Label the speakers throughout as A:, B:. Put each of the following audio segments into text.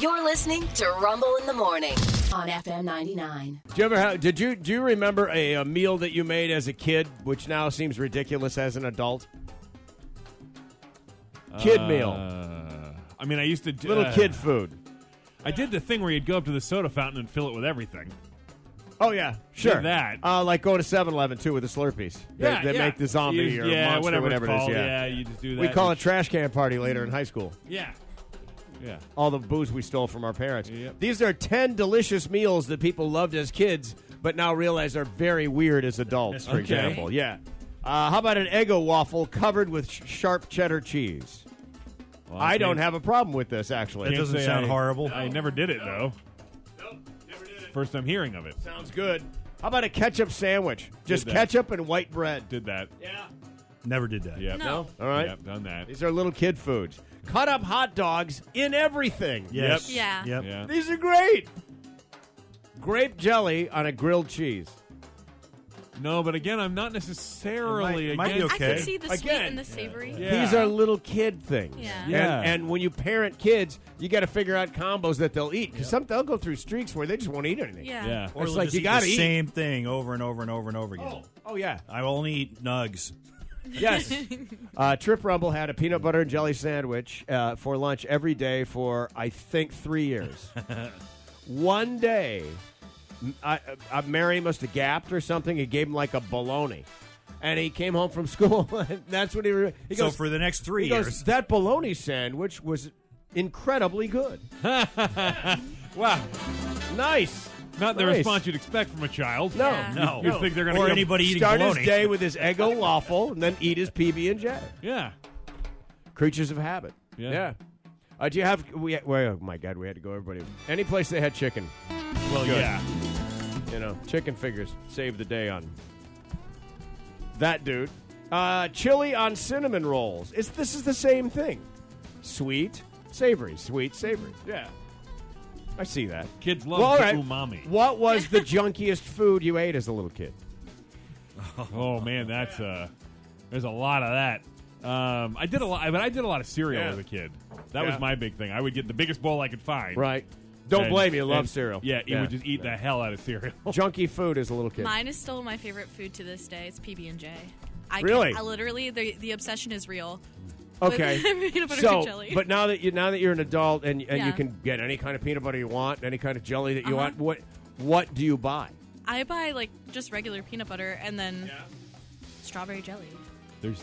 A: You're listening to Rumble in the Morning on FM 99.
B: Do you ever have, did you do you remember a, a meal that you made as a kid, which now seems ridiculous as an adult? Kid meal,
C: Uh, I mean, I used to do,
B: little
C: uh,
B: kid food.
C: I did the thing where you'd go up to the soda fountain and fill it with everything.
B: Oh yeah, sure.
C: that.
B: uh, like go to 7-Eleven too with the Slurpees. They,
C: yeah,
B: they
C: yeah.
B: make the zombie
C: You-
B: or
C: yeah,
B: monster,
C: whatever,
B: whatever,
C: it's
B: it is.
C: called.
B: Yeah,
C: you just do that.
B: we call it trash can party later in high school.
C: Yeah, yeah.
B: all the booze we stole from our parents.
C: Yep.
B: These are 10 delicious meals that people loved as kids, but now realize are very weird as adults, for
C: Okay.
B: example. Yeah. Uh, how about an Eggo waffle covered with sh- sharp cheddar cheese? I don't have a problem with this, actually.
D: That doesn't
C: say
D: sound
C: I-
D: horrible.
C: I never did it though. First time hearing of it.
B: Sounds good. How about a ketchup sandwich? Just
C: that.
B: ketchup and white bread.
C: Did that?
B: Yeah.
D: Never did that.
C: Yep.
E: No.
B: All right.
C: Yep, done that.
B: These are little kid foods. Cut up hot dogs in everything.
D: Yes.
E: Yep. Yeah.
D: Yep.
C: Yeah.
B: These are great. Grape jelly on a grilled cheese.
C: No, but again, I'm not necessarily
D: It might- it might
C: against.
D: be
E: I
D: Okay.
E: can see the sweet
B: Again.
E: and the savory.
C: Yeah.
B: These are little kid things.
E: Yeah.
C: Yeah.
B: And, and when you parent kids, you got to figure out combos that they'll eat because some they'll go through streaks where they just won't eat anything.
E: Yeah.
C: Yeah.
D: Or
B: It's
D: they'll
B: like
D: just
B: you
D: eat
B: gotta
D: the
B: eat.
D: same thing over and over and over and over again.
B: Oh, oh yeah.
D: I only eat nugs.
B: Yes. uh, Trip Rumble had a peanut butter and jelly sandwich uh, for lunch every day for, I think, three years. One day, m- I, I, Mary must have gapped or something. It gave him like a bologna. And he came home from school, and that's what he, re- he
D: So
B: goes.
D: for the next three
B: he
D: years,
B: goes, that bologna sandwich was incredibly good.
C: Wow.
B: Nice.
C: Not the
B: Nice.
C: response you'd expect from a child.
B: No,
E: Yeah.
D: no,
C: You think they're gonna
D: or
C: go-
D: anybody eating
B: Start
D: bologna?
B: his day with his Eggo waffle and then eat his PB and J.
C: Yeah.
B: Creatures of habit.
C: Yeah.
B: Uh, do you have? We, well, oh my God, we had to go. Everybody, any place they had chicken,
C: Well,
B: Good.
C: yeah.
B: you know, chicken figures saved the day on that dude. Uh, chili on cinnamon rolls. It's this is the same thing. Sweet, savory, sweet, savory.
C: Yeah.
B: I see that.
C: Kids love
B: all
C: the umami.
B: What was the junkiest food you ate as a little kid?
C: Oh man, that's uh there's a lot of that. Um, I did a lot, but I did a lot of cereal
B: Yeah.
C: as a kid. That
B: Yeah.
C: was my big thing. I would get the biggest bowl I could find.
B: Right. Don't
C: And-
B: blame you. Love
C: and-
B: cereal.
C: Yeah, you would just eat the hell out of cereal.
B: junky food as a little kid.
E: Mine is still my favorite food to this day. It's PB and J. I can-
B: Really?
E: I literally, the the obsession is real.
B: Okay.
E: With peanut butter
B: so,
E: and jelly.
B: but now that you now that you're an adult and and you
E: Yeah. Uh-huh.
B: can get any kind of peanut butter you want, any kind of jelly that you want, what what do you buy?
E: I buy like just regular peanut butter and then strawberry jelly.
C: There's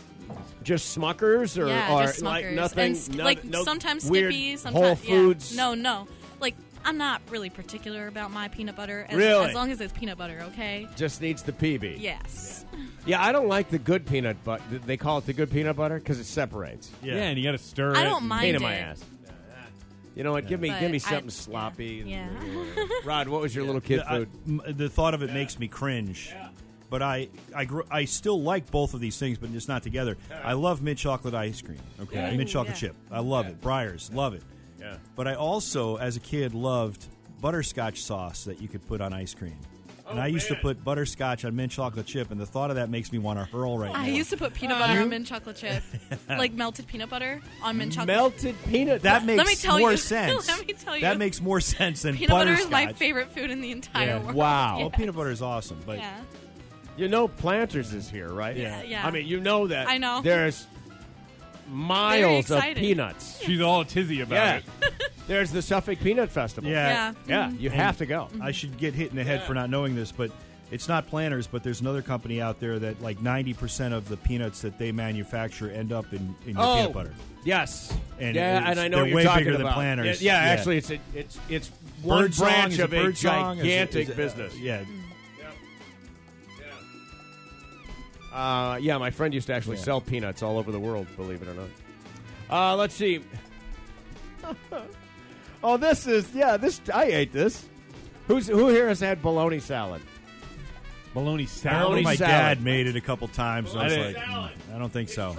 B: Just Smuckers or,
E: yeah,
B: or
E: just Smuckers.
B: like nothing,
E: and s-
B: no-
E: like
B: no
E: sometimes
B: weird
E: Skippy, sometimes
B: Whole
E: yeah.
B: Foods.
E: No, no. Like I'm not really particular about my peanut butter. As,
B: Really?
E: as long as it's peanut butter, okay?
B: just needs the PB.
E: Yes.
B: yeah. I don't like the good peanut butter. They call it the good peanut butter because it separates.
C: yeah, and you got to stir
E: I
C: it.
E: don't mind
B: Pain
E: it.
B: in my ass. You know what? Give me
E: But
B: give me
E: I-
B: something
E: yeah.
B: sloppy.
E: Yeah.
B: Rod, what was your little kid
D: The- I-
B: food?
D: m- the thought of it makes me cringe. But I, I, grew, I still like both of these things, but just not together. I love mint chocolate ice cream. Okay,
C: Yeah.
D: mint
E: Ooh,
D: chocolate
E: yeah.
D: chip. I love it. Briars, love it.
B: Yeah.
D: But I also, as a kid, loved butterscotch sauce that you could put on ice cream. And
E: Oh,
D: I used to put butterscotch on mint chocolate chip, and the thought of that makes me want to hurl right now.
E: I used to put
D: Uh,
E: peanut butter on mint chocolate chip, like melted peanut butter on mint chocolate.
B: Melted peanut.
D: that
E: Let
D: makes
E: me tell
D: more
E: you.
D: sense.
E: Let me tell you.
D: That makes more sense than
E: peanut butter
D: butterscotch.
E: is my favorite food in the entire
D: Yeah.
E: world.
B: Wow.
D: Well, peanut butter is awesome, but
E: Yeah.
B: You know, Planters is here, right?
D: Yeah.
E: Yeah.
B: I mean, you know that.
E: I know.
B: There's miles
E: Very
B: of
E: excited.
B: peanuts.
C: She's all tizzy about
B: Yeah.
C: it.
B: there's the Suffolk Peanut Festival.
D: yeah,
E: Yeah. Mm-hmm.
B: Yeah, you have to go.
D: I should get hit in the head for not knowing this, but it's not Planters, but there's another company out there that like 90% of the peanuts that they manufacture end up in, in your peanut butter.
B: Oh, Yes.
D: And
B: yeah,
D: it's-
B: and I know
D: they're
B: what you're
D: way
B: talking
D: bigger than
B: about.
D: Planters.
B: Yeah, yeah,
D: Yeah.
B: actually, it's a, it's it's one
D: Bird song
B: branch
D: is
B: of a
D: bird song, is
B: gigantic
D: is a-
B: business.
D: yeah,
B: Uh, yeah, my friend used to actually
D: Yeah.
B: sell peanuts all over the world, believe it or not. Uh, let's see. oh, this is yeah. This I ate this. Who's who here has had bologna salad?
C: Bologna
D: I
C: salad. Oh
D: remember my
B: salad.
D: dad made it a couple times. And I was
C: Bologna
D: like, "Mm, I don't think so.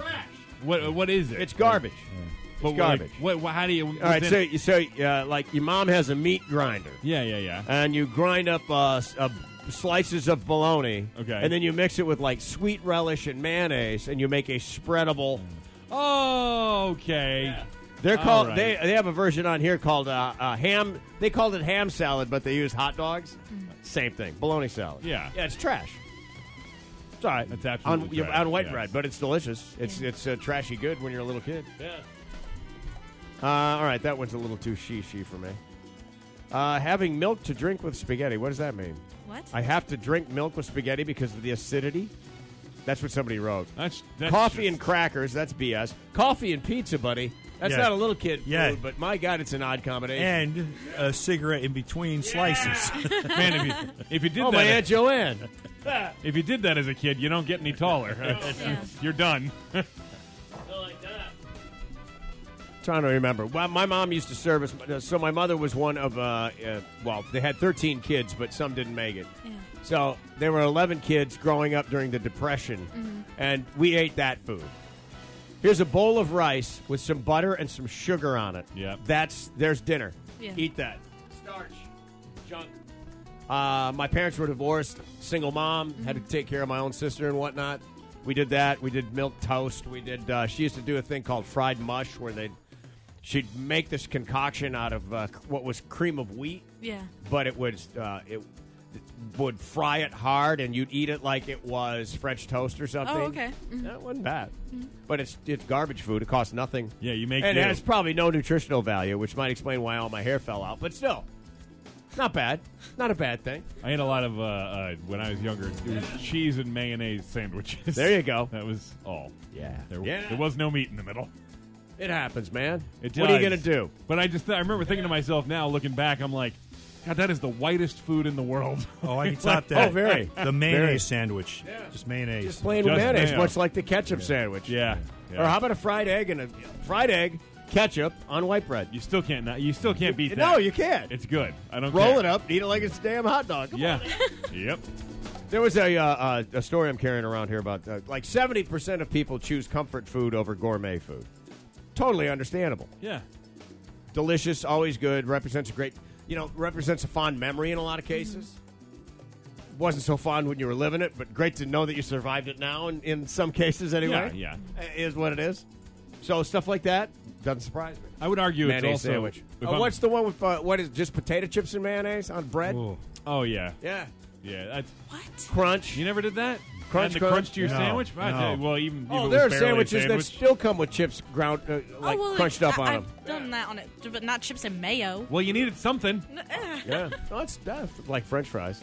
C: What what is it?
B: It's garbage.
C: But,
B: It's garbage.
C: Like, what, what how do you
B: All right,
C: within-
B: so so uh, like your mom has a meat grinder,
C: Yeah, yeah, yeah.
B: and you grind up uh, s- uh, slices of bologna,
C: Okay.
B: and then you mix it with like sweet relish and mayonnaise, and you make a spreadable.
C: Oh, okay.
B: They're called.
C: right.
B: They they have a version on here called uh, uh, ham. They called it ham salad, but they use hot dogs. Same thing, bologna salad.
C: Yeah.
B: yeah, it's trash. It's all right.
C: It's
B: on,
C: absolutely
B: yeah,
C: trash,
B: on white
C: yes.
B: bread, but it's delicious. It's it's uh, trashy good when you're a little kid.
C: Yeah.
B: Uh, all right, that one's a little too she-she for me. Uh, having milk to drink with spaghetti. What does that mean?
E: What?
B: I have to drink milk with spaghetti because of the acidity. That's what somebody wrote.
C: That's, that's
B: Coffee
C: just-
B: and crackers, that's BS. Coffee and pizza, buddy. That's
D: Yeah.
B: not a little kid
D: Yeah.
B: food, but my God, it's an odd combination.
D: and a cigarette in between slices.
C: man, if you, if you did
B: oh,
C: that,
B: my Aunt Joanne.
C: if you did that as a kid, you don't get any taller.
E: Yeah.
C: You're done.
B: Trying to remember. Well, my mom used to service. So my mother was one of, uh, uh, well, they had 13 kids, but some didn't make it.
E: Yeah.
B: So there were 11 kids growing up during the Depression, and we ate that food. Here's a bowl of rice with some butter and some sugar on it.
C: Yep.
B: That's, there's dinner.
E: Yeah.
B: Eat that. Starch. Junk. Uh, my parents were divorced, single mom, had to take care of my own sister and whatnot. We did that. We did milk toast. We did. Uh, she used to do a thing called fried mush, where they, she'd make this concoction out of uh, what was cream of wheat,
E: Yeah.
B: but it was uh, it would fry it hard, and you'd eat it like it was French toast or something.
E: okay.
B: That wasn't bad, but it's it's garbage food. It costs nothing.
C: Yeah, you make
B: and
C: do.
B: it has probably no nutritional value, which might explain why all my hair fell out. But still, not bad. Not a bad thing.
C: I ate a lot of uh, uh, when I was younger. It was cheese and mayonnaise sandwiches.
B: There you go.
C: That was all.
B: Yeah.
C: There,
B: Yeah.
C: there was no meat in the middle.
B: It happens, man.
C: It
B: What are you gonna
C: does.
B: do?
C: But I just I remember thinking to myself now, looking back, I'm like, God, that is the whitest food in the world.
D: Oh, I can top that.
B: Oh, very.
D: The mayonnaise sandwich. Just mayonnaise.
B: Just plain
C: Just
B: mayonnaise,
C: mayo.
B: much like the ketchup sandwich.
C: yeah. yeah.
B: Or how about a fried egg and a fried egg, ketchup on white bread?
C: you still can't. Not, you still can't beat that.
B: No, you can't.
C: It's good. I don't
B: Roll
C: care.
B: it up, and eat it like it's a damn hot dog. Come on.
C: Yeah. yep.
B: There was a, uh, uh, a story I'm carrying around here about uh, like 70% of people choose comfort food over gourmet food. Totally understandable.
C: Yeah.
B: Delicious, always good, represents a great, you know, represents a fond memory in a lot of cases. Wasn't so fond when you were living it, but great to know that you survived it now in, in some cases anyway.
C: Yeah,
B: yeah. Is what it is. So stuff like that doesn't surprise me.
C: I would argue
B: mayonnaise
C: it's also.
B: sandwich.
C: if
B: Uh,
C: I'm-
B: what's the one with, uh, what is it, just potato chips and mayonnaise on bread?
D: Ooh.
C: Oh yeah.
B: Yeah.
C: Yeah. That's,
E: What?
B: Crunch.
C: you never did that.
B: Crunch,
C: Add the
B: crunch?
C: crunch to your
D: No,
C: sandwich. I
D: no.
C: tell you, well, even if
B: Oh,
C: it
B: there are
C: was barely a
B: sandwiches
C: sandwich,
B: that still come with chips ground, uh, like
E: oh well,
B: crunched
E: like,
B: up on
E: I,
B: them.
E: I've done that on it, but not chips and mayo.
C: Well, you needed something.
B: Yeah, no, it's uh, like French fries.